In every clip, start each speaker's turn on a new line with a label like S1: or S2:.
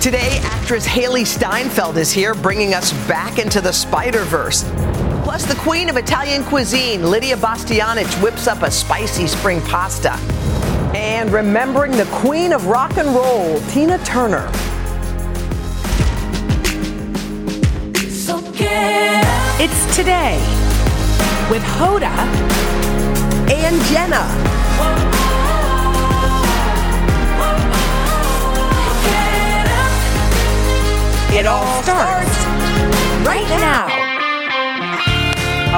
S1: Today, actress Haley Steinfeld is here, bringing us back into the Spider Verse. Plus, the queen of Italian cuisine, Lydia Bastianich, whips up a spicy spring pasta. And remembering the queen of rock and roll, Tina Turner.
S2: It's today with Hoda
S1: and Jenna.
S2: It all starts right now.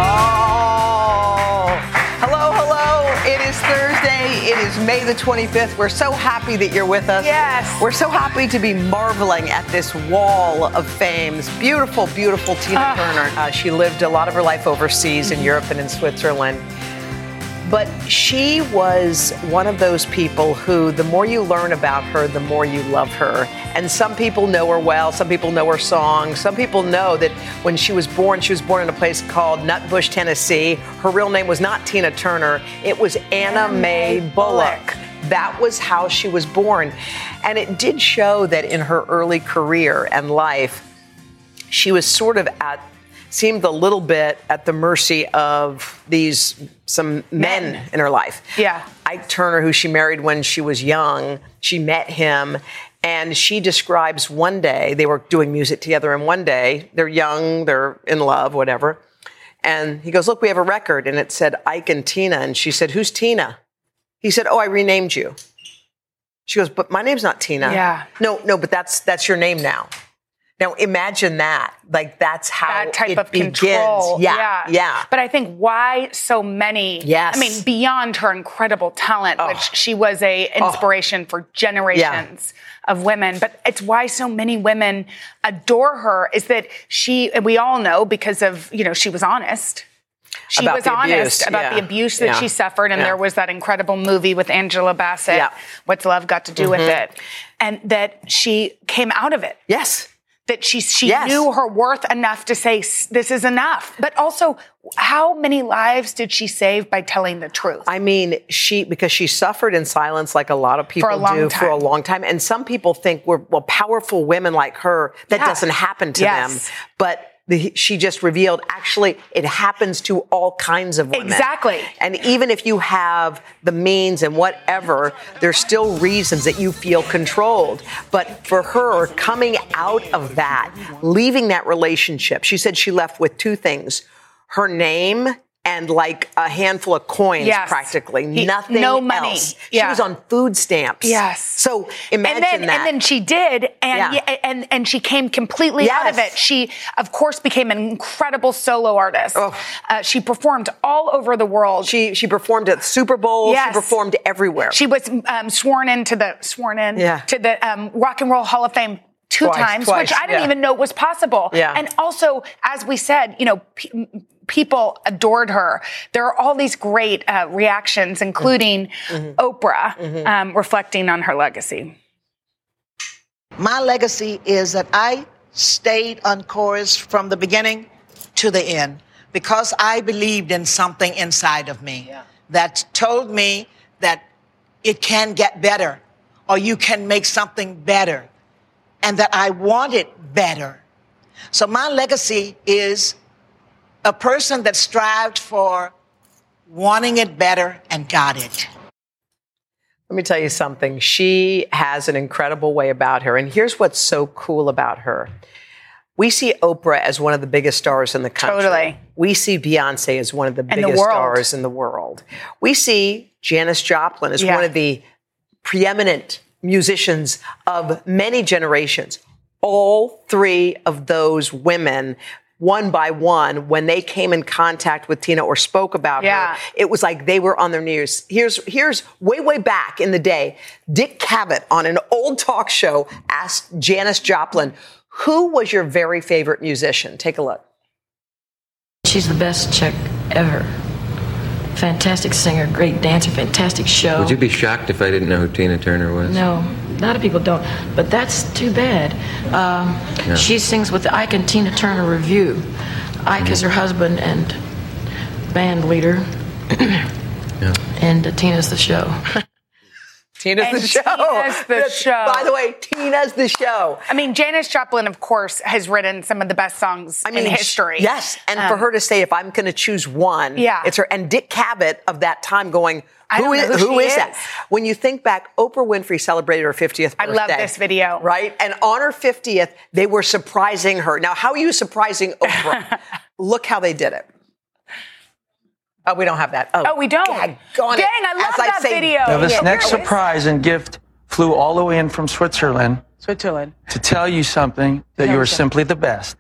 S1: Oh, hello, hello. It is Thursday. It is May the 25th. We're so happy that you're with us.
S2: Yes.
S1: We're so happy to be marveling at this wall of fame. This beautiful, beautiful Tina Turner. Uh, she lived a lot of her life overseas in Europe and in Switzerland. But she was one of those people who, the more you learn about her, the more you love her. And some people know her well, some people know her songs, some people know that when she was born, she was born in a place called Nutbush, Tennessee. Her real name was not Tina Turner, it was Anna, Mae Bullock. That was how she was born. And it did show that in her early career and life, she was sort of at seemed a little bit at the mercy of these some men, in her life.
S2: Yeah.
S1: Ike Turner, who she married when she was young, she met him. And she describes one day, they were doing music together, and one day, they're young, they're in love, whatever. And he goes, Look, we have a record. And it said Ike and Tina. And she said, Who's Tina? He said, Oh, I renamed you. She goes, But my name's not Tina.
S2: Yeah.
S1: No, no, but that's that's your name now. Now imagine that. Like that's how
S3: that type
S1: it
S3: of
S1: begins.
S3: control.
S1: Yeah, yeah.
S3: But I think why so many?
S1: Yes. Oh.
S3: I mean, beyond her incredible talent, which she was a inspiration for generations of women. But it's why so many women adore her is that she. And we all know because of you know she was honest. She
S1: About
S3: was
S1: the abuse,
S3: honest about
S1: yeah.
S3: the abuse that
S1: Yeah.
S3: she suffered, and
S1: Yeah.
S3: there was that incredible movie with Angela Bassett,
S1: Yeah. Mm-hmm.
S3: "What's Love Got to Do with It," and that she came out of it
S1: yes.
S3: that she she
S1: Yes.
S3: knew her worth enough to say "S- this is enough. But also, how many lives did she save by telling the truth?
S1: I mean, she because she suffered in silence like a lot of people
S3: long
S1: do for a
S3: time.
S1: long time. And some people think we're well, powerful women like her, that
S3: Yeah.
S1: doesn't happen to
S3: Yes.
S1: them. But the, she just revealed actually it happens to all kinds of women.
S3: Exactly.
S1: And even if you have the means and whatever, there's still reasons that you feel controlled. But for her, coming out of that, leaving that relationship, she said she left with two things her name and like a handful of coins
S3: Yes.
S1: practically.
S3: He-
S1: Nothing
S3: no money.
S1: else. She
S3: Yeah.
S1: was on food stamps.
S3: Yes.
S1: So imagine
S3: and then,
S1: that.
S3: and then she did, and
S1: Yeah.
S3: yeah, and and she came completely out of
S1: Yes.
S3: it. She, of course, became an incredible solo artist.
S1: Oh.
S3: Uh, she performed all over the world.
S1: she she performed at the Super Bowl.
S3: Yes.
S1: She performed everywhere.
S3: She was um, sworn into the sworn in
S1: Yeah.
S3: to the um, Rock and Roll Hall of Fame two
S1: Twice,
S3: times,
S1: twice,
S3: which I didn't
S1: yeah.
S3: even know was possible.
S1: Yeah.
S3: And also, as we said, you know. Pe- m- People adored her. There are all these great uh, reactions, including
S1: Mm-hmm.
S3: Oprah, Um, reflecting on her legacy.
S4: My legacy is that I stayed on chorus from the beginning to the end because I believed in something inside of me that told me that it can get better or you can make something better and that I wanted better. So my legacy is a person that strived for wanting it better and got it.
S1: Let me tell you something. She has an incredible way about her. And here's what's so cool about her. We see Oprah as one of the biggest stars in the country.
S3: Totally.
S1: We see Beyonce as one of the
S3: the
S1: biggest
S3: world.
S1: stars in the world. We see Janis Joplin as
S3: Yeah.
S1: one of the preeminent musicians of many generations. All three of those women, one by one, when they came in contact with Tina or spoke about
S3: Yeah.
S1: her, it was like they were on their knees. Here's here's way way back in the day, Dick Cavett on an old talk show asked Janis Joplin, "Who was your very favorite musician?" Take a look.
S5: She's the best chick ever. Fantastic singer, great dancer, fantastic show.
S6: Would you be shocked if I didn't know who Tina Turner was?
S5: No, a lot of people don't, but that's too bad. Um, She sings with the Ike and Tina Turner Review. Ike
S6: Mm-hmm.
S5: is her husband and band leader, and uh, Tina's the show.
S1: Tina's
S3: And
S1: the show.
S3: Tina's the
S1: That's-
S3: show.
S1: By the way, Tina's the show.
S3: I mean, Janis Joplin, of course, has written some of the best songs in
S1: sh-
S3: history. Um,
S1: Yes, and for her to say, if I'm going to choose one,
S3: Yeah.
S1: it's her. And Dick Cabot of that time going,
S3: I
S1: who
S3: don't
S1: is
S3: know who
S1: who
S3: she
S1: is that?
S3: is.
S1: When you think back, Oprah Winfrey celebrated her 50th birthday.
S3: I love this video.
S1: right? And on her 50th, they were surprising her. Now, how are you surprising Oprah? Look how they did it. Oh, we don't have that. Oh,
S3: Oh, we don't.
S1: Dang, gone
S3: Dang, I love
S1: As
S3: that
S1: say,
S3: video.
S7: Now, this
S3: Yeah.
S7: next
S3: Here it is.
S7: surprise and gift flew all the way in from Switzerland
S8: Switzerland.
S7: to tell you something that you are simply the best.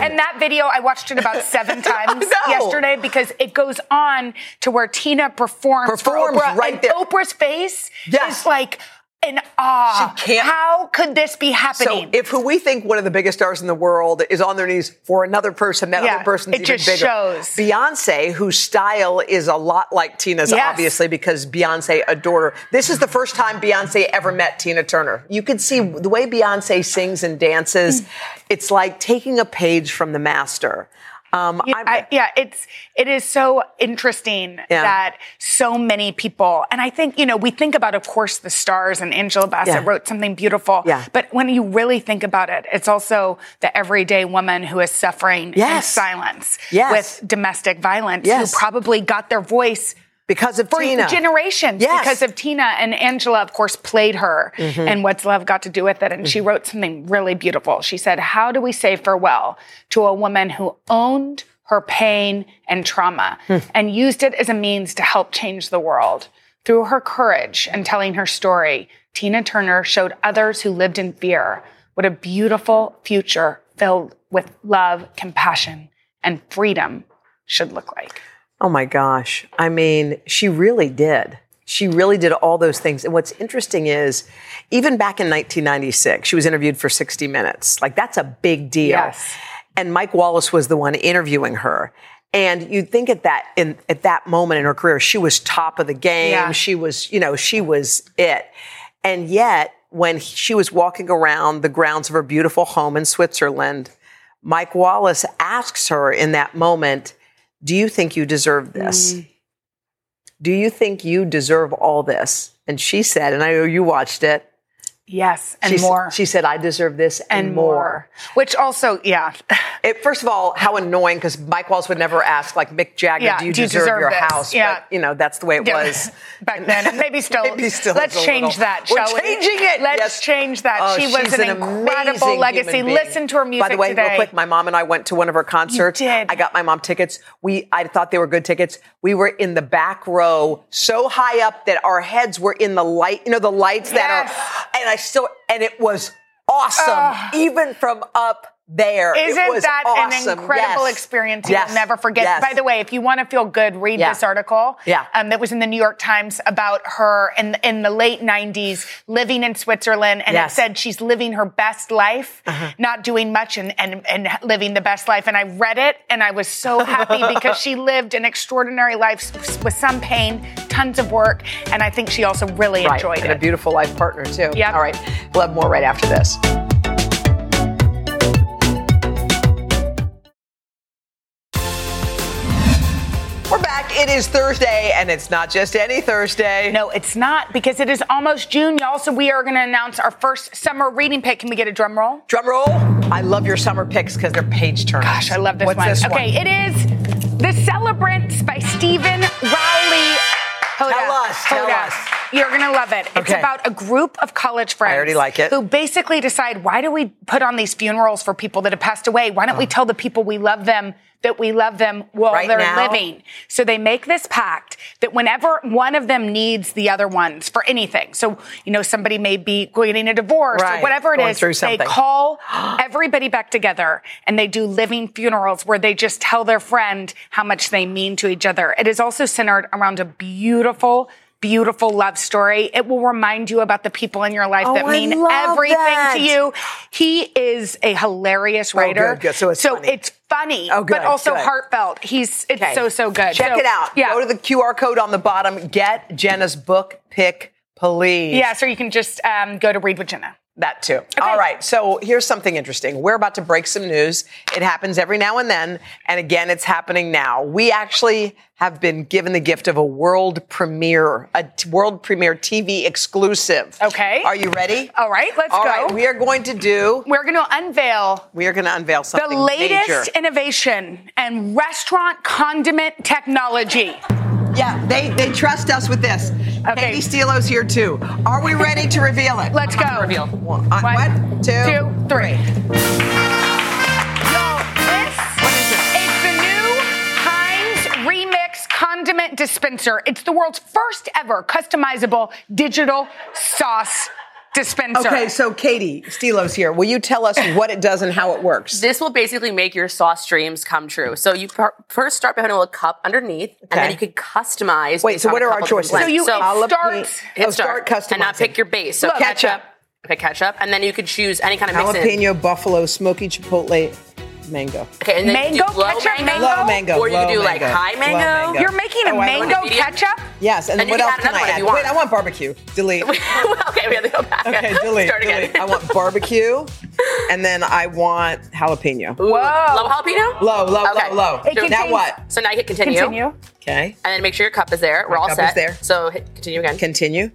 S3: And that video, I watched it about seven times
S1: know.
S3: yesterday because it goes on to where Tina performs. for
S1: Performs
S3: Oprah,
S1: right
S3: and
S1: there.
S3: Oprah's face
S1: Yes.
S3: is like in awe.
S1: She can't-
S3: How could this be happening?
S1: So if who we think one of the biggest stars in the world is on their knees for another person, that
S3: Yeah,
S1: other person's
S3: it
S1: even
S3: just
S1: bigger.
S3: shows.
S1: Beyonce, whose style is a lot like Tina's,
S3: Yes.
S1: obviously, because Beyonce adored her. This is the first time Beyonce ever met Tina Turner. You can see the way Beyonce sings and
S3: Mm.
S1: dances. It's like taking a page from the master. Um,
S3: Yeah,
S1: I'm-
S3: I, yeah, it's it is so interesting
S1: Yeah.
S3: that so many people, and I think you know we think about, of course, the stars, and Angela Bassett
S1: Yeah.
S3: wrote something beautiful.
S1: Yeah.
S3: But when you really think about it, it's also the everyday woman who is suffering in
S1: Yes.
S3: silence
S1: Yes.
S3: with domestic violence,
S1: Yes.
S3: who probably got their voice
S1: because of
S3: for
S1: Tina.
S3: generations
S1: Yes.
S3: because of Tina and Angela, of course, played her and what's love got to do with it. And she wrote something really beautiful. She said, How do we say farewell to a woman who owned her pain and trauma and used it as a means to help change the world? Through her courage and telling her story, Tina Turner showed others who lived in fear what a beautiful future filled with love, compassion, and freedom should look like.
S1: Oh my gosh. I mean, she really did. She really did all those things. And what's interesting is, even back in 1996, she was interviewed for 60 Minutes. Like, that's a big deal.
S3: Yes.
S1: And Mike Wallace was the one interviewing her. And you'd think at that in, at that moment in her career, she was top of the game.
S3: Yeah.
S1: She was, you know, she was it. And yet, when she was walking around the grounds of her beautiful home in Switzerland, Mike Wallace asks her in that moment, Do you think you deserve this?
S3: Mm.
S1: Do you think you deserve all this? And she said, and I know you watched it.
S3: Yes, and
S1: she, s-
S3: more.
S1: She said, I deserve this and,
S3: and more. Which also, yeah,
S1: It, first of all, how annoying because Mike Wallace would never ask, like Mick Jagger,
S3: Yeah,
S1: do you deserve, your
S3: this?"
S1: house?
S3: Yeah.
S1: But, you know, that's the way it
S3: Yeah.
S1: was.
S3: back then, and maybe still.
S1: Maybe still
S3: let's
S1: is a
S3: change
S1: little-
S3: that.
S1: We're
S3: shall we?
S1: changing it.
S3: Let's
S1: Yes.
S3: change that.
S1: Oh,
S3: she was
S1: she's
S3: an,
S1: amazing
S3: incredible
S1: human
S3: legacy.
S1: being.
S3: Listen to her music
S1: By the way,
S3: today.
S1: real quick, my mom and I went to one of her concerts.
S3: did.
S1: I got my mom tickets. We I thought they were good tickets. We were in the back row, so high up that our heads were in the light. You know the lights that are, and I still and it was awesome, even from up. There It
S3: Isn't
S1: was
S3: that
S1: awesome.
S3: an incredible
S1: Yes.
S3: experience you'll
S1: Yes.
S3: never forget?
S1: Yes.
S3: By the way, if you want to feel good, read
S1: Yeah.
S3: this article
S1: Yeah.
S3: um, that was in the New York Times about her in, in the late 90s living in Switzerland. And
S1: Yes. Uh-huh.
S3: it said she's living her best life, not doing much and, and, and living the best life. And I read it and I was so happy because she lived an extraordinary life s- with some pain, tons of work. And I think she also really
S1: right.
S3: enjoyed
S1: and a
S3: it.
S1: beautiful life partner too.
S3: Yep.
S1: All right, we'll have more right after this. We're back. It is Thursday, and it's not just any Thursday.
S3: No, it's not because it is almost June, y'all. So we are going to announce our first summer reading pick. Can we get a drum roll?
S1: Drum roll. I love your summer picks because they're page turners.
S3: Gosh, I love this
S1: What's
S3: one.
S1: This
S3: okay,
S1: one?
S3: it is The Celebrants by Stephen Rowley. Hoda.
S1: Tell us, tell
S3: Hoda.
S1: us.
S3: You're going to love it. It's
S1: Okay.
S3: about a group of college friends.
S1: already like it.
S3: Who basically decide why do we put on these funerals for people that have passed away? Why don't we tell the people we love them that we love them while
S1: Oh. Right
S3: they're
S1: now?
S3: living? So they make this pact that whenever one of them needs the other ones for anything, so you know somebody may be getting a divorce
S1: Right,
S3: or whatever it
S1: going
S3: is,
S1: through
S3: they
S1: something.
S3: call call everybody back together and they do living funerals where they just tell their friend how much they mean to each other. It is also centered around a beautiful, beautiful love story. It will remind you about the people in your life that
S1: Oh, I
S3: mean
S1: love
S3: everything
S1: that. Oh,
S3: to you. He is a hilarious writer.
S1: good, good. So it's funny.
S3: it's funny,
S1: Oh, good,
S3: but also
S1: good.
S3: heartfelt. He's it's
S1: Okay.
S3: so so good.
S1: Check
S3: So,
S1: it out.
S3: Yeah.
S1: Go to the QR code on the bottom. Get Jenna's book pick, please.
S3: yeah, so you can just um, go to Read with Jenna.
S1: That too. All right. So here's something interesting. We're about to break some news. It happens every now and then. And again, it's happening now. We actually have been given the gift of a world premiere, a t- world premiere TV exclusive.
S3: Okay.
S1: Are you ready?
S3: All right, let's
S1: All
S3: go.
S1: right. We are going to do,
S3: We're going to unveil
S1: we are going to unveil
S3: the
S1: something
S3: latest
S1: major.
S3: innovation and restaurant condiment technology.
S1: Yeah, they, they trust us with this.
S3: Okay.
S1: Katie Steelo's here too. Are we ready to reveal it?
S3: Let's go.
S9: Reveal.
S1: One, uh, one, two,
S3: two, three. Y'all,
S1: What is
S3: this
S1: it?
S3: is the new Heinz Remix condiment dispenser. It's the world's first ever customizable digital sauce dispenser.
S1: Okay, so Katie Steelo's here. Will you tell us what it does and how it works?
S9: This will basically make your sauce dreams come true. So you per- first start by putting a little cup underneath, and
S1: Okay.
S9: then you could customize.
S1: Wait,
S9: based
S1: so
S9: on
S1: what
S9: a
S1: are our
S9: couple
S1: choices?
S9: different blends.
S3: So you- it
S1: olive
S3: starts-
S1: pe-
S9: hit
S1: oh, start
S9: start,
S1: customizing.
S9: and not pick your base. So ketchup.
S1: ketchup.
S9: Okay, ketchup, and then you could choose any kind of mix in.
S1: jalapeno, buffalo, smoky chipotle, mango.
S9: Okay, and then you
S3: Mango,
S9: could do low
S3: ketchup,
S9: mango,
S3: mango?
S1: Low mango.
S9: or you
S1: low
S9: could do like
S1: mango,
S9: high
S1: low
S9: mango.
S3: You're making a
S1: Oh, I like
S3: mango
S1: it.
S9: medium.
S3: ketchup?
S1: Yes, and,
S9: And you
S1: what
S9: can
S1: else
S9: add
S1: can I
S9: another one if
S1: add?
S9: you want.
S1: Wait, I want barbecue. Delete.
S9: okay, we have to go back.
S1: Okay, delete.
S9: Start again.
S1: delete. I want barbecue, and then I want jalapeno.
S9: Ooh,
S3: Whoa.
S9: Low jalapeno.
S1: Low, low,
S9: Okay.
S1: low, low.
S3: It
S1: now
S3: contains-
S1: what?
S9: So now you hit continue.
S3: Continue.
S1: Okay.
S9: And then make sure your cup is there. We're all
S1: cup
S9: set.
S1: is there.
S9: So hit continue again.
S1: Continue.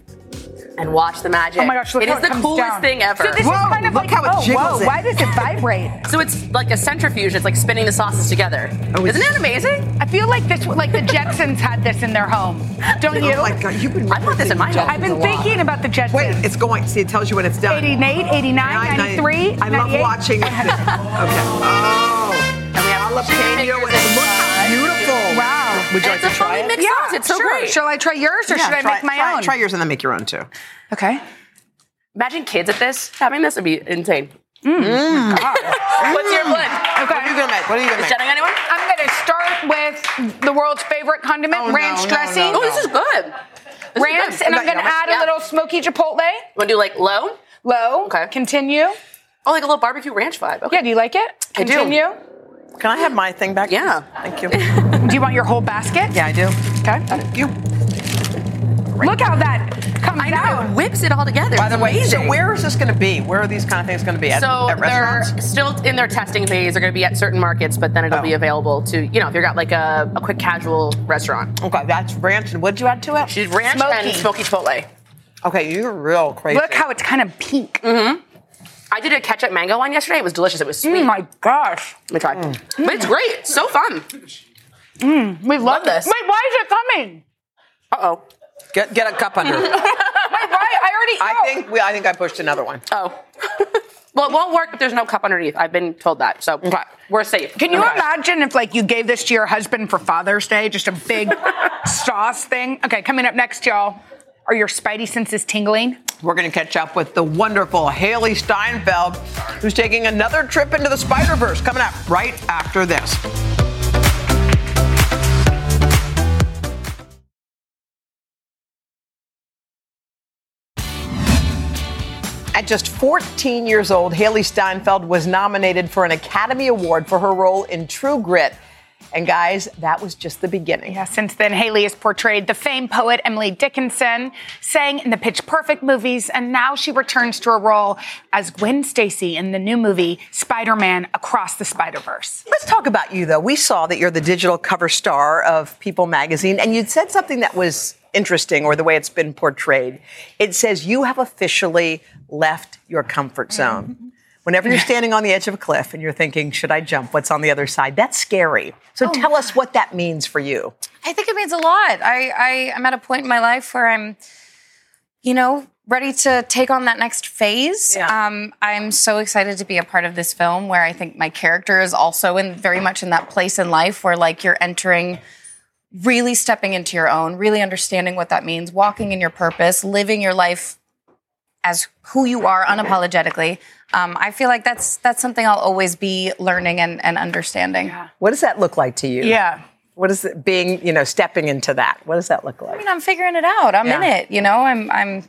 S9: and watch the magic.
S3: Oh my gosh, look
S9: It
S3: how
S9: is
S3: it
S9: the
S3: comes
S9: coolest
S3: down.
S9: thing ever.
S3: So this
S1: Whoa,
S3: is kind of
S1: look
S3: like,
S1: how it
S3: oh,
S1: jiggles
S3: whoa,
S1: it.
S3: why does it vibrate?
S9: So it's like a centrifuge. It's like spinning the sauces together.
S1: Oh, it's-
S9: Isn't that amazing?
S3: I feel like this, like the Jetsons had this in their home, don't you?
S1: Oh my god, you've been.
S9: I want this in my home.
S3: I've been thinking about the Jetsons.
S1: Wait, it's going. See, it tells you when it's done.
S3: 88, 89, 93,
S1: I love
S3: 98.
S1: watching it. okay. Oh.
S9: And we have
S1: Jalapeno.
S9: chicken fingers
S1: Look how
S9: inside.
S1: beautiful.
S3: Wow.
S1: Would you
S9: And
S1: like
S9: it's
S1: to
S9: a
S1: try
S9: fully
S1: it?
S9: mixed sauce. It's so
S3: sure.
S9: great.
S3: Shall I try yours or
S1: Yeah,
S3: should I
S1: try-
S3: make my
S1: try-
S3: own?
S1: Try yours and then make your own too.
S3: Okay.
S9: Imagine kids at this. Having this would be insane. What's your blend?
S1: What are you gonna make? What are you gonna make?
S9: Is Jenna anyone?
S3: I'm going to start with the world's favorite condiment,
S1: Oh, no,
S3: ranch
S1: no, no,
S3: dressing.
S1: no.
S9: Oh, this is good. This
S3: Ranch,
S9: is good.
S3: and I'm
S9: Got
S3: going to
S9: yummy.
S3: add a
S9: Yeah.
S3: little smoky chipotle.
S9: You want to do like low?
S3: Low.
S9: Okay.
S3: Continue.
S9: Oh, like a little barbecue ranch vibe. Okay.
S3: Yeah, do you like it?
S9: I do.
S3: Continue.
S1: Can I have my thing back?
S9: Yeah.
S1: Thank you. yeah,
S3: do. you want your whole basket?
S1: I do.
S3: Okay.
S1: You.
S3: Look how that comes
S9: It
S3: out.
S9: whips it all together.
S1: By the
S9: It's
S1: way, so
S9: amazing.
S1: where is this going to be? Where are these kind of things going to be at,
S9: So
S1: at
S9: they're
S1: restaurants?
S9: still in their testing phase. They're going to be at certain markets, but then it'll
S1: Oh.
S9: be available to you know if you've got like a, a quick casual restaurant.
S1: Okay, that's ranch. And what'd you add to it?
S9: She's ranch
S3: Smoky.
S9: and smoky chipotle.
S1: Okay, you're real crazy.
S3: Look how it's kind of pink.
S1: Mm-hmm.
S9: I did a ketchup mango one yesterday. It was delicious. It was sweet.
S3: Oh my gosh.
S9: Let me try.
S1: Mm.
S9: But it's great. It's so fun.
S3: We love,
S9: Love this.
S3: Wait, why is it coming?
S9: Uh oh.
S1: get get a cup under. it.
S3: Wait, why? I already.
S1: I
S3: oh.
S1: think we. I think I pushed another one.
S9: Oh. well, it won't work if there's no cup underneath. I've been told that, so we're safe.
S3: Can you
S9: Okay.
S3: imagine if, like, you gave this to your husband for Father's Day? Just a big sauce thing. Okay, coming up next, y'all. Are your spidey senses tingling?
S1: We're going to catch up with the wonderful Haley Steinfeld, who's taking another trip into the Spider Verse. Coming up right after this. At just 14 years old, Haley Steinfeld was nominated for an Academy Award for her role in True Grit. And guys, that was just the beginning.
S3: Yeah, since then, Haley has portrayed the famed poet Emily Dickinson, sang in the Pitch Perfect movies, and now she returns to her role as Gwen Stacy in the new movie Spider Man Across the Spider Verse.
S1: Let's talk about you, though. We saw that you're the digital cover star of People magazine, and you'd said something that was interesting or the way it's been portrayed. It says you have officially left your comfort zone. Whenever you're standing on the edge of a cliff and you're thinking, should I jump? What's on the other side? That's scary. So
S10: Oh,
S1: tell us what that means for you.
S10: I think it means a lot. I, I am at a point in my life where I'm, you know, ready to take on that next phase.
S1: Yeah.
S10: Um, I'm so excited to be a part of this film where I think my character is also in very much in that place in life where like you're entering really stepping into your own, really understanding what that means, walking in your purpose, living your life as who you are unapologetically. Um, I feel like that's that's something I'll always be learning and, and understanding.
S1: What does that look like to you?
S3: Yeah.
S1: What is it being, you know, stepping into that? What does that look like?
S10: I mean, I'm figuring it out. I'm in
S1: Yeah.
S10: it. You know, I'm I'm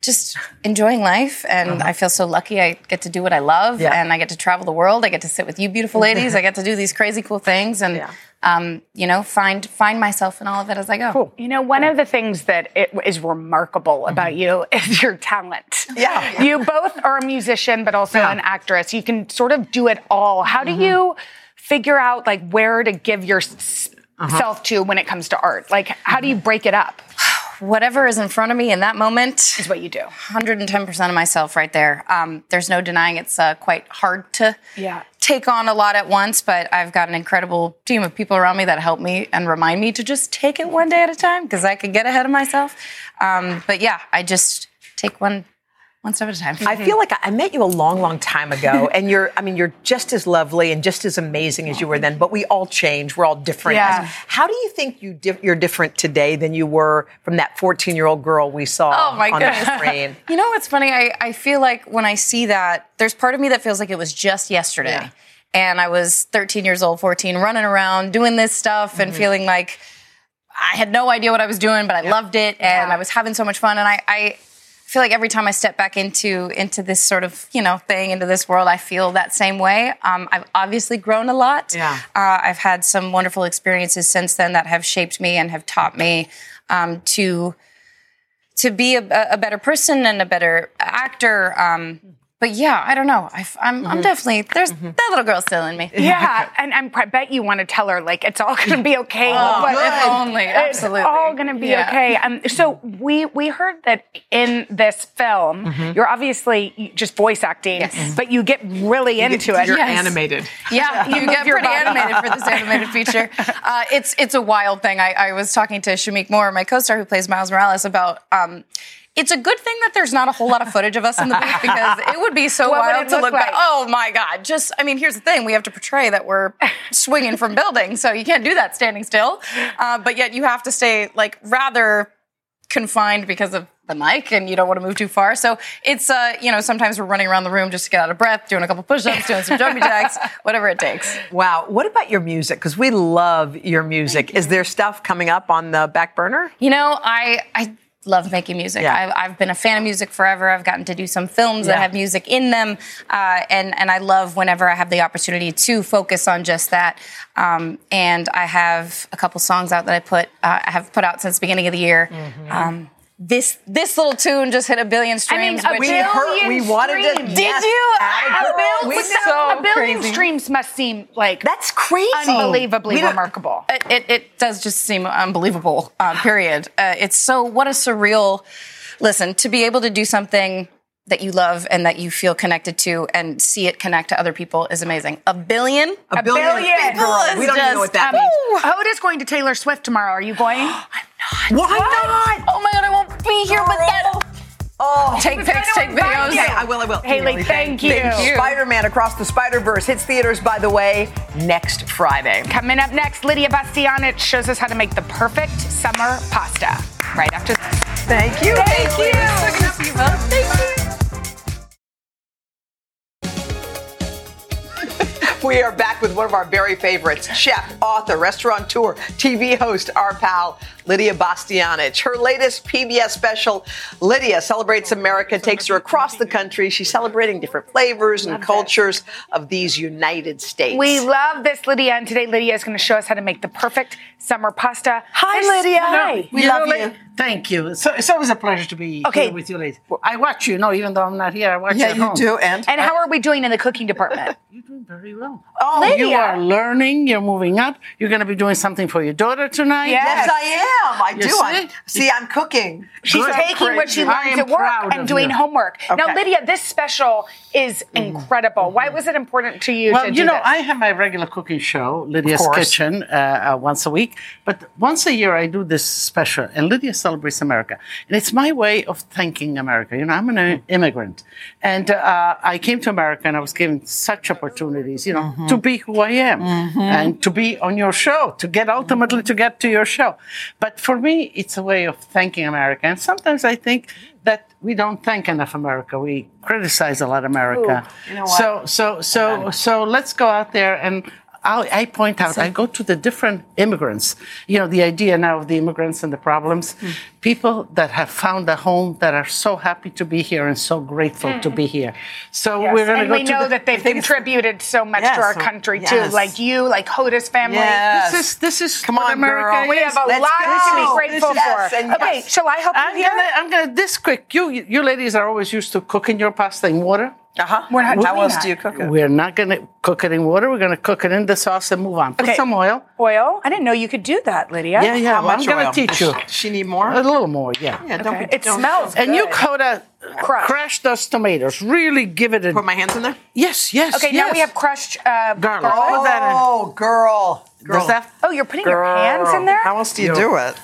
S10: just enjoying life, and I feel so lucky. I get to do what I love,
S1: Uh-huh. Yeah.
S10: and I get to travel the world. I get to sit with you, beautiful ladies. I get to do these crazy, cool things, and
S9: um, you know, find find myself in all of it as I go.
S3: You know, one of the things that it is remarkable about you is your talent.
S1: Yeah.
S3: You both are a musician, but also an actress. You can sort of do it all. How do you figure out like where to give yourself to when it comes to art? Like, how do you break it up?
S9: Whatever is in front of me in that moment,
S3: Is what you do.
S9: 110% of myself right there. Um, there's no denying it's uh, quite hard to
S3: Yeah.
S9: take on a lot at once, but I've got an incredible team of people around me that help me and remind me to just take it one day at a time because I could get ahead of myself. Um, but yeah, I just take one one step at a time.
S1: I feel like I- I met you a long, long time ago, and you're—I mean—you're just as lovely and just as amazing as you were then. But we all change; we're all different.
S3: Yeah.
S1: How do you think you dif- you're different today than you were from that 14-year-old girl we saw
S9: Oh, my
S1: on
S9: goodness.
S1: the screen?
S9: You know what's funny? I, I feel like when I see that, there's part of me that feels like it was just yesterday.
S1: Yeah.
S9: And I was 13 years old, 14, running around doing this stuff and
S1: Mm-hmm.
S9: feeling like I had no idea what I was doing, but I loved it and I was having so much fun. And I, I feel like every time I step back into into this sort of you know thing, into this world, I feel that same way. Um, I've obviously grown a lot.
S1: Yeah.
S9: Uh, I've had some wonderful experiences since then that have shaped me and have taught me um, to to be a, a better person and a better actor. Um, but yeah, I don't know. I, am I'm definitely there's that little girl still in me.
S3: Yeah, and I'm, I bet you want to tell her like it's all going to be okay. but
S9: if only, Oh, absolutely.
S3: It's all going to be
S9: Yeah.
S3: okay. Um, so we we heard that in this film,
S1: Mm-hmm.
S3: you're obviously just voice acting, but you get really into it.
S7: You're
S9: Yes.
S7: animated.
S9: Yeah, you get
S3: your
S9: pretty
S3: body.
S9: animated for this animated feature. Uh, it's it's a wild thing. I, I was talking to Shamik Moore, my co-star who plays Miles Morales, about. Um, it's a good thing that there's not a whole lot of footage of us in the booth because it would be so
S3: What would
S9: wild
S3: it
S9: to
S3: look
S9: look back.
S3: like?
S9: Oh my God! Just I mean, here's the thing: we have to portray that we're swinging from buildings, so you can't do that standing still. Uh, but yet you have to stay like rather confined because of the mic and you don't want to move too far. So it's uh, you know, sometimes we're running around the room just to get out of breath, doing a couple push-ups, doing some jumping jacks, whatever it takes.
S1: Wow. What about your music? Because we love your music. Is there stuff coming up on the back burner?
S9: You know, I I love making music.
S1: Yeah.
S9: I've, I've been a fan of music forever. I've gotten to do some films that
S1: Yeah.
S9: have music in them, uh, and and I love whenever I have the opportunity to focus on just that. Um, and I have a couple songs out that I put uh, I have put out since the beginning of the year. Um, this this little tune just hit a billion streams.
S3: a
S9: which-
S1: We
S3: billion
S1: heard. We wanted to.
S3: streams.
S9: Did
S1: yes,
S9: you?
S1: atta
S9: A
S1: girl.
S9: bill-
S1: We
S9: was
S1: know.
S9: so
S3: a billion
S9: crazy.
S3: streams must seem like
S1: That's crazy.
S3: unbelievably
S1: We don't-
S3: remarkable.
S9: it, it, it does just seem unbelievable, uh, period. Uh, it's so, what a surreal, listen, to be able to do something that you love and that you feel connected to and see it connect to other people is amazing. A billion?
S1: A billion.
S3: billion.
S1: Girl, we don't even know what that
S3: Um,
S1: means.
S3: Hoda's going to Taylor Swift tomorrow. Are you going?
S1: Why
S9: What?
S1: not?
S9: Oh my God, I won't be here, but that.
S1: Oh.
S9: Take pics, take videos.
S1: Okay, I will. I will.
S3: Haley, thank you.
S1: Spider-Man Across the Spider-Verse hits theaters, by the way, next Friday.
S3: Coming up next, Lydia Bastianich shows us how to make the perfect summer pasta. Right after this.
S1: Thank you.
S3: Thank you.
S1: We are back with one of our very favorites, chef, author, restaurateur, TV host, our pal, Lydia Bastianich. Her latest PBS special, Lydia Celebrates America, takes her across the country. She's celebrating different flavors and cultures of these United States.
S3: We love this, Lydia, and today Lydia is going to show us how to make the perfect summer pasta.
S1: Hi,
S3: This-
S1: Lydia.
S3: Hi.
S1: We love you.
S7: Thank you. So, it's always a pleasure to be
S3: Okay.
S7: here with you, ladies. I watch you, no, even though I'm not here, I watch you
S1: Yeah,
S7: at
S1: you
S7: home.
S1: do. And,
S3: And how are we doing in the cooking department?
S7: You're doing very well.
S1: oh,
S7: You
S3: Yeah.
S7: are learning. You're moving up. You're going to be doing something for your daughter tonight.
S3: Yes.
S1: Yes, I am. I do.
S7: see?
S1: I'm, see, I'm cooking.
S3: She's
S7: Good.
S3: taking what she
S7: I
S3: learns
S7: am
S3: at work
S7: proud
S3: and
S7: of
S3: doing
S7: you. Mm.
S3: homework. Now,
S1: Okay.
S3: Lydia, this special is incredible. Why was it important to you
S7: Mm-hmm. Well,
S3: to
S7: you
S3: do
S7: know,
S3: this?
S7: I have my regular cooking show, Lydia's
S1: course.
S7: Kitchen, uh, uh, once a week. But once a year, I do this special, and Lydia celebrates America. And it's my way of thanking America. You know, I'm an uh, immigrant, and uh, I came to America, and I was given such opportunities, you know, to be who I am
S9: Mm-hmm.
S7: and to be on your show, to get ultimately to get to your show. But for me, it's a way of thanking America. And sometimes I think that we don't thank enough America. We criticize a lot America. So so so so let's go out there and
S9: I, I point out, I go to the different immigrants. You know, the idea now of the immigrants and the problems.
S3: Hmm.
S9: People that have found a home that are so happy to be here and so grateful to be here. So
S3: Mm-hmm. Yes,
S9: we're going to
S3: and
S9: go
S3: we
S9: to
S3: know
S9: the-
S3: that they've contributed so much
S9: Yes. oh,
S3: to our country
S9: Yes.
S3: too, like you, like Hoda's family.
S9: Yes. This is- this is Come what on, America girl.
S3: We have a
S9: is. Let's
S3: lot to
S9: go.
S3: be grateful
S9: This is-
S3: for.
S9: Yes, and
S3: okay,
S9: yes.
S3: shall I help
S9: I'm
S3: you here?
S9: gonna, I'm gonna this quick. You, you ladies are always used to cooking your pasta in water.
S1: Uh huh. How else do you cook it?
S9: We're not gonna cook it in water. We're gonna cook it in the sauce and move on. Put
S3: Okay.
S9: some oil.
S3: Oil? I didn't know you could do that, Lydia.
S9: Yeah, yeah. well, I'm gonna teach you
S1: She need more.
S9: a little more. Yeah.
S1: Yeah,
S3: Okay. It smells
S9: And you
S3: good.
S9: Coda
S3: Crush.
S9: crush. those tomatoes. Really give it a
S1: Put my hands in there.
S9: yes, yes.
S3: Okay, now
S9: yes.
S3: we have crushed uh,
S9: Garlic.
S1: Oh, girl. girl.
S9: Does that
S3: Oh, you're putting your hands in there?
S1: How else do you do it?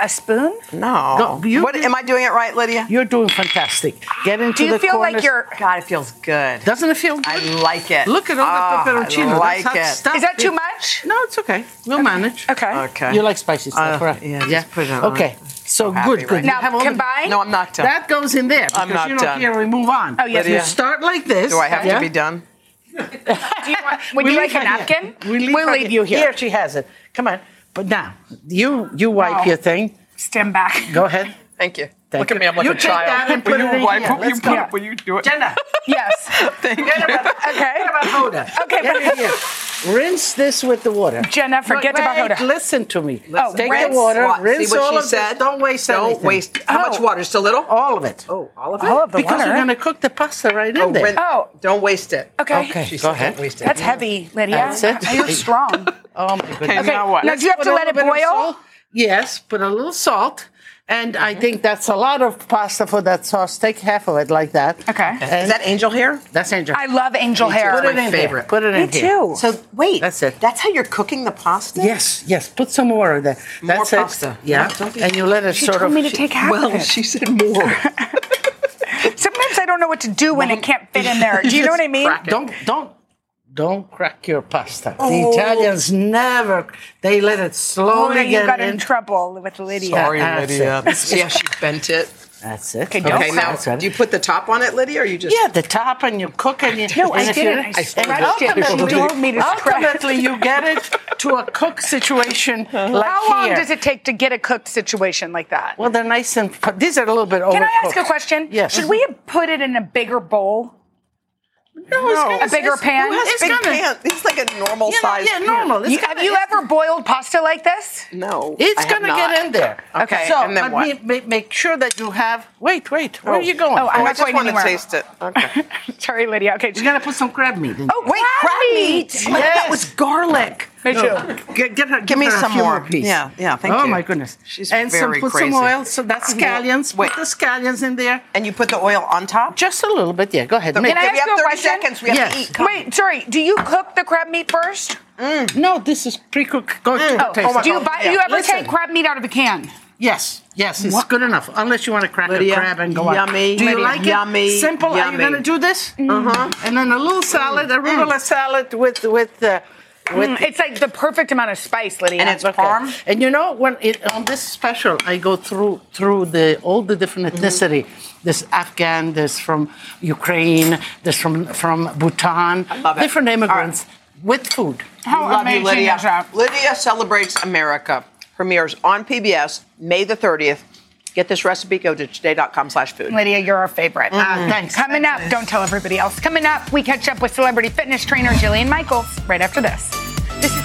S3: A spoon?
S1: No.
S9: Go- you-
S1: what, am I doing it right, Lydia?
S9: you're doing fantastic. Get into
S3: Do you
S9: the
S3: feel like
S9: corners.
S3: you're?
S1: God, it feels good.
S9: Doesn't it feel good?
S1: I like it.
S9: Look at all
S1: Ah,
S9: the pepperoncino.
S1: I
S9: That's
S1: like
S9: hot
S1: it.
S9: stuff.
S3: Is that too much?
S9: No, it's okay. We'll manage.
S3: Okay.
S1: Okay.
S9: You like spicy stuff,
S1: Uh,
S9: right?
S1: yeah, just put it on.
S9: Okay. So
S1: happy
S9: good,
S1: right
S9: good. You
S3: Now,
S9: have all the-
S3: combine?
S1: No, I'm not done.
S9: That goes in there. Because
S1: I'm not
S9: you know,
S1: done.
S9: Here we move on.
S3: Oh, yes.
S9: You
S3: Lydia.
S9: start like this.
S1: do I have
S9: yeah?
S1: to be done?
S3: Do you want, would you
S9: leave
S3: like a
S9: her here.
S3: napkin?
S9: We leave
S3: will
S9: her
S3: leave you here.
S9: Here she has it. Come on. But now you you wipe
S3: Wow.
S9: your thing.
S3: Stand back.
S9: Go ahead.
S1: Thank you.
S9: Thank
S1: Look at
S9: you.
S1: me, I'm like
S9: You
S1: a
S9: take
S1: child.
S9: that and put
S1: will
S9: it
S1: you
S9: in
S1: wipe?
S9: here.
S1: Will you
S9: Let's go.
S1: put? Will you do it?
S9: Jenna.
S3: Yes.
S1: Thank you.
S3: Okay.
S9: Forget about Hoda.
S3: Okay,
S9: Get
S3: but-
S9: in here. Rinse this with the water.
S3: Jenna, forget
S9: Wait,
S3: about
S9: wait,
S3: Hoda.
S9: Listen to me.
S3: Oh,
S9: Take
S3: rinse
S9: the water.
S1: What?
S9: Rinse
S1: See what
S9: all
S1: she
S9: of
S1: said?
S9: this. Don't waste
S1: Don't
S9: anything.
S1: waste. How much
S9: No,
S1: water? Just a little?
S9: All of it.
S1: Oh, all of it?
S3: All of the
S9: because
S3: water.
S9: you're going to cook the pasta right in
S1: Oh,
S9: there.
S1: when-
S3: Oh.
S1: Don't waste it.
S3: Okay.
S9: Okay.
S1: She
S9: Go
S1: said
S9: ahead.
S1: don't waste it.
S3: That's heavy, Lydia.
S9: That's it.
S3: You're strong.
S9: Oh my goodness.
S3: Okay, now what? now do you have
S9: put
S3: to
S9: a
S3: let it
S9: little bit of
S3: boil?
S9: salt. Yes, put a little salt. And I think that's a lot of pasta for that sauce. Take half of it like that.
S3: Okay.
S9: And
S1: Is that angel hair?
S9: that's angel.
S3: I love angel hair.
S9: Put it
S1: my
S9: in there.
S1: favorite.
S9: Put it
S3: Me
S9: in here.
S3: too.
S1: So wait.
S9: That's it.
S1: That's how you're cooking the pasta.
S9: Yes, yes. Put some more of that.
S1: More
S9: That's
S1: pasta.
S9: It. Yeah.
S1: No, don't be-
S9: and you let it
S3: she
S9: sort
S3: told
S9: of.
S3: me to take half
S1: Well,
S3: of it.
S1: she said more.
S3: Sometimes I don't know what to do when it can't fit in there. Do you know what I mean?
S9: don't don't don't crack your pasta. The Italians never. They let
S3: Oh,
S9: it slowly
S3: you
S9: get
S3: got in
S9: in.
S3: trouble with Lydia.
S1: Sorry,
S9: that's
S1: Lydia.
S9: it.
S1: See how she bent it.
S9: That's it.
S3: don't
S1: Okay, now
S9: That's it.
S1: do you put the top on it, Lydia, or you just?
S9: Yeah, the top and you cook and you.
S3: No, I
S9: and if you-
S3: didn't. I scratched it. She told me to scratch.
S9: Ultimately, you get it to a cook situation like
S3: Uh-huh. How long
S9: here.
S3: does it take to get a cooked situation like that?
S9: Well, they're nice and pu- these are a little bit overcooked.
S3: Can I ask a question?
S9: Yes.
S3: Should we have put it in a bigger bowl?
S9: No, it's gonna-
S3: A bigger
S9: it's-
S3: pan?
S1: Who has
S9: It's
S1: big
S9: gonna-
S1: pan? It's like a normal
S9: Yeah,
S1: size.
S9: yeah, normal. It's
S3: You-
S9: gonna-
S3: have you
S9: it's-
S3: ever boiled pasta like this?
S1: No, I
S9: It's
S1: have
S9: gonna
S1: not.
S9: get in there.
S3: Okay,
S9: So,
S1: and then
S9: but
S1: what?
S9: ma- ma- make sure that you have. Wait, wait. Where are you going?
S3: Oh, I'm
S1: I
S3: not
S1: just
S3: going
S1: want to
S3: anywhere.
S1: taste it. Okay.
S3: Sorry, Lydia. Okay.
S9: you gotta put some crab meat. In
S3: Oh, wait, crab meat.
S9: Like, that was garlic.
S3: Me too.
S9: Get, get her, give,
S1: me
S9: her a
S1: some
S9: few
S1: more.
S9: piece.
S1: Yeah, yeah, thank
S9: Oh
S1: you.
S9: my goodness.
S1: She's
S9: and
S1: very
S9: some, put
S1: crazy.
S9: some oil. So that's scallions.
S1: Wait.
S9: Put the scallions in there.
S1: And you put the oil on top.
S9: Just a little bit. Yeah. Go ahead. Make
S3: Can I
S9: it.
S1: we
S3: ask
S1: have
S3: you a
S1: 30
S3: question?
S1: seconds. We have
S9: Yes.
S1: to eat. Come
S3: Wait, sorry. Do you cook the crab meat first?
S9: no, this is pre-cooked.
S1: Mm.
S9: Go to the taste.
S3: Oh, do you, buy, you ever
S9: Listen.
S3: take crab meat out of a can?
S9: Yes. Yes. It's good enough. Unless you want to crack
S1: Lydia,
S9: a crab and go on.
S1: yummy,
S9: Do you
S1: Lydia,
S9: like
S1: yummy,
S9: it? Simple. Are
S1: yummy. Mm.
S9: you going to do this? Uh-huh. And then a little salad, arugula salad with with. Uh, with
S3: Mm, it's like the perfect amount of spice, Lydia.
S1: And it's
S3: Okay.
S1: parm.
S9: And you know, when it, on this special, I go through through the all the different
S1: Mm-hmm.
S9: ethnicity. There's Afghan, there's from Ukraine, there's from from Bhutan,
S1: love it.
S9: different immigrants with food.
S3: How
S1: Love you,
S3: amazing is
S1: Lydia.
S3: that?
S1: Lydia celebrates America. Premieres on PBS May the 30th. Get this recipe. Go to today.com slash food.
S3: Lydia, you're our favorite.
S1: Mm-hmm.
S3: Uh,
S9: Ah, thanks.
S3: Coming up, don't tell everybody else. Coming up, we catch up with celebrity fitness trainer Jillian Michaels right after this. This is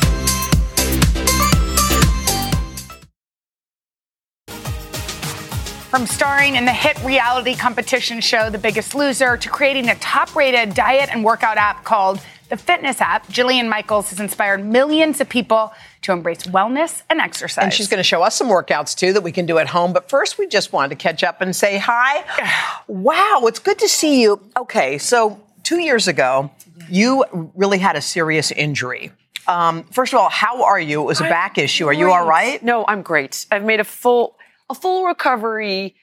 S3: From starring in the hit reality competition show The Biggest Loser to creating a top rated diet and workout app called The Fitness App, Jillian Michaels has inspired millions of people to embrace wellness and exercise.
S1: And she's going to show us some workouts too that we can do at home. But first, we just wanted to catch up and say hi. wow, it's good to see you. Okay, so two years ago, you really had a serious injury. Um, first of all, how are you? It was a back issue. Are you all right?
S11: No, I'm great. I've made a full a full recovery.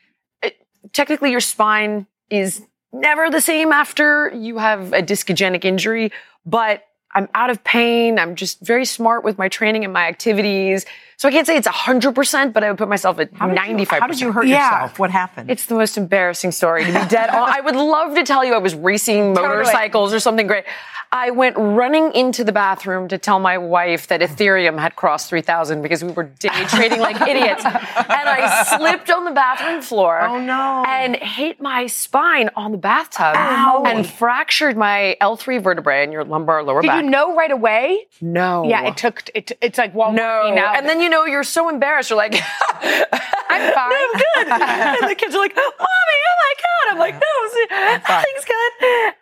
S11: It- technically, your spine is never the same after you have a discogenic injury, but I'm out of pain. I'm just very smart with my training and my activities.
S9: So I can't say it's 100%, but I would put myself at
S12: How did you-
S9: 95%.
S12: how did you hurt yourself? What happened?
S9: It's the most embarrassing story to be dead on. I would love to tell you I was racing
S12: Totally.
S9: motorcycles or something great. I went running into the bathroom to tell my wife that Ethereum had crossed 3,000 because we were day trading like idiots. And I slipped on the bathroom floor. Oh, no. And hit my spine on the bathtub
S3: Ow.
S9: and fractured my L3 vertebrae in your lumbar lower
S3: Did
S9: back.
S3: you know right away?
S9: No.
S3: Yeah, it took. It, it's like well,
S9: No. And then you know you're so embarrassed. You're like,
S3: I'm fine.
S9: good. and the kids are like, Mommy, oh my God. I'm like, no, things good.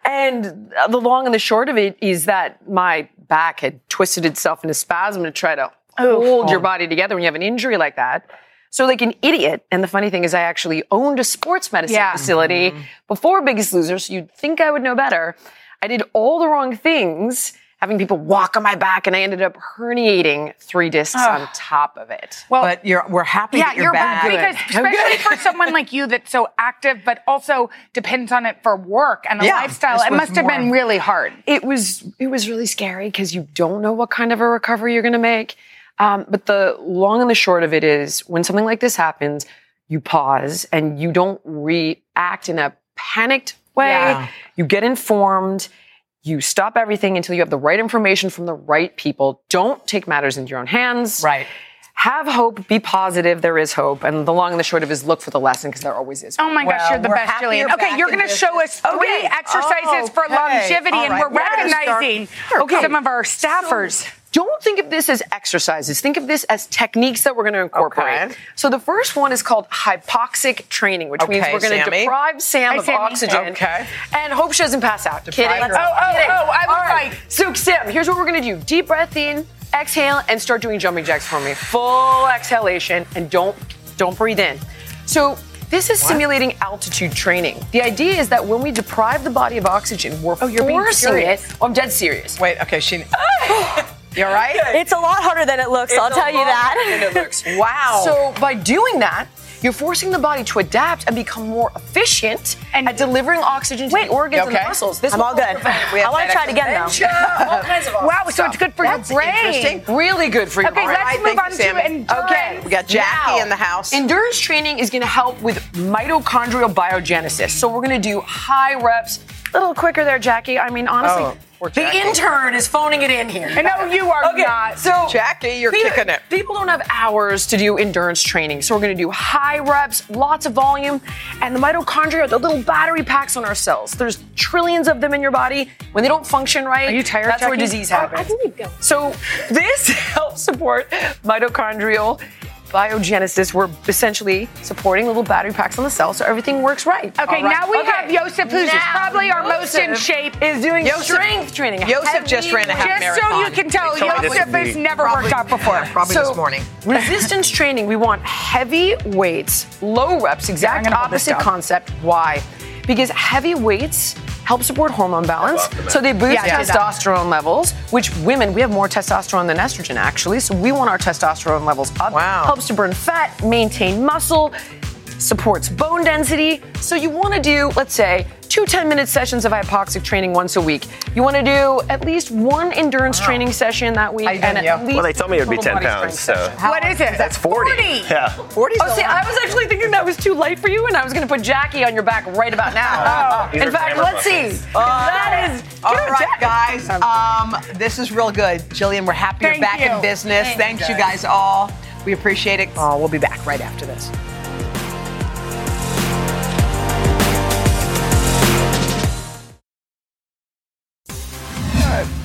S9: And the long and the short of it is that my back had twisted itself into spasm to try to hold
S3: Oh.
S9: your body together when you have an injury like that. So, like an idiot. And the funny thing is, I actually owned a sports medicine
S3: Yeah.
S9: facility before Biggest Loser, so you'd think I would know better. I did all the wrong things, having people walk on my back, and I ended up herniating three discs
S3: Ugh.
S9: on top of it.
S3: Well,
S12: but you're, we're happy
S3: yeah,
S12: that you're,
S3: you're
S12: back.
S3: back because especially for someone like you that's so active, but also depends on it for work and a
S9: Yeah,
S3: lifestyle.
S9: this
S3: It
S9: was
S3: must have been
S9: more-
S3: really hard.
S9: It was it was really scary because you don't know what kind of a recovery you're going to make. Um, but the long and the short of it is, when something like this happens, you pause and you don't react in a panicked way.
S12: Yeah.
S9: You get informed. You stop everything until you have the right information from the right people. Don't take matters into your own hands.
S12: Right.
S9: Have hope. Be positive. There is hope. And the long and the short of it is, look for the lesson because there always is.
S3: Oh my gosh, you're the
S9: we're
S3: best,
S9: happy
S3: Jillian.
S9: you're
S3: Okay,
S9: back
S3: you're
S9: in
S3: going to
S9: this-
S3: show us three
S9: Okay. Oh,
S3: exercises for
S9: Okay.
S3: longevity,
S9: All
S3: and
S9: right.
S3: we're
S9: Yeah, let's start.
S3: recognizing some of our staffers.
S9: Don't think of this as exercises. Think of this as techniques that we're going to incorporate. So the first one is called hypoxic training, which means
S12: Okay,
S9: we're going to
S12: Sammy.
S9: deprive Sam
S12: Hi,
S9: of
S12: Sammy.
S9: oxygen.
S12: Okay.
S9: And hope she doesn't pass out.
S12: Deprive
S9: Kidding.
S12: her. Oh, oh,
S9: Kidding.
S12: oh, I was
S9: All right.
S12: right.
S9: So Sam, here's what we're going to do. Deep breath in, exhale, and start doing jumping jacks for me. Full exhalation, and don't don't breathe in. So this is simulating altitude training. The idea is that when we deprive the body of oxygen, we're
S12: Oh, you're being
S9: forcing
S12: serious.
S9: it. Oh, I'm dead serious.
S12: Wait, okay, she. You're right.
S13: It's a lot harder than it looks, I'll
S9: It's a
S13: tell you
S9: lot
S13: that.
S9: harder than it looks. Wow. So by doing that, you're forcing the body to adapt and become more efficient at delivering oxygen to the organs and the muscles.
S13: I'm all good. I want to try it again, though.
S3: Wow, so it's good for your brain.
S9: Really good for your
S3: Okay,
S9: brain.
S3: let's move on to endurance.
S9: Okay,
S3: We got Jackie in the
S9: house. Endurance training is going to help with mitochondrial biogenesis. So we're going to do high reps. A little quicker there, Jackie. I mean, honestly,
S12: Oh, poor
S9: the
S12: Jackie.
S9: intern is phoning it in here.
S3: No, you are
S9: Okay,
S3: not.
S9: So
S12: Jackie, you're
S9: people,
S12: kicking it.
S9: People don't have hours to do endurance training, so we're going to do high reps, lots of volume, and the mitochondria, the little battery packs on our cells. There's trillions of them in your body. When they don't function right,
S3: Are you tired,
S9: That's where
S3: Jackie?
S9: disease
S3: Oh, I
S9: happens.
S3: can keep going.
S9: So this helps support mitochondrial biogenesis. We're essentially supporting little battery packs on the cell, so everything works right.
S3: Okay,
S9: All right.
S3: now we
S9: Okay.
S3: have Joseph, who's
S9: Now
S3: probably our most in
S9: Joseph
S3: shape.
S9: is doing
S3: Joseph-
S9: strength training.
S3: Joseph
S9: Heavy
S3: just ran a half
S9: weights.
S3: Just so marathon. you can tell, They told me this Joseph has week. never worked out before. yeah, probably this morning.
S9: resistance training, we want heavy weights, low reps, exact
S3: gonna hold this
S9: opposite
S3: down.
S9: concept. Why? Because heavy weights help support hormone balance. So they boost
S3: Yeah, I did that.
S9: testosterone levels, which women, we have more testosterone than estrogen actually. So we want our testosterone levels up. Wow. Helps to burn fat, maintain muscle, supports bone density. So you want to do, let's say, two 10 minute sessions of hypoxic training once a week. You want to do at least one endurance training session that week. and at least
S14: Well, they told me it would be 10
S9: total body
S14: pounds,
S9: strength
S14: so.
S9: session.
S3: What is it?
S14: That's 40.
S3: 40.
S14: Yeah.
S9: 40 oh, see, I was actually thinking that was too light for you, and I was going to put Jackie on your back right about now.
S14: Oh. These
S9: In
S14: are
S9: fact,
S14: grammar
S9: let's see.
S14: buffers.
S9: that is.
S1: Uh, All right, guys. Um, this is real good. Jillian, we're happy you're
S9: Thank
S1: back
S9: you.
S1: in business.
S9: Thank
S1: Thanks,
S9: you,
S1: you
S9: guys.
S1: guys all. We appreciate it. Oh, we'll be back right after this.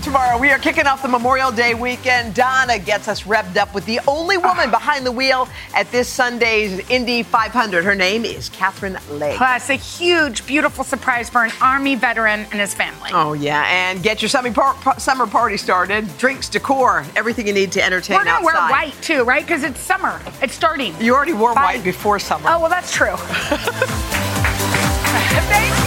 S1: Tomorrow, we are kicking off the Memorial Day weekend. Donna gets us revved up with the only woman
S9: Ah.
S1: behind the wheel at this Sunday's Indy 500. Her name is Catherine Lake.
S3: Plus, a huge, beautiful surprise for an Army veteran and his family.
S1: Oh, yeah. And get your summer, par- par- summer party started. Drinks, decor, everything you need to entertain
S3: We're gonna
S1: outside.
S3: wear white too, right? Because it's summer. It's starting.
S1: You already wore white before summer.
S3: Oh well, that's true. Thank you.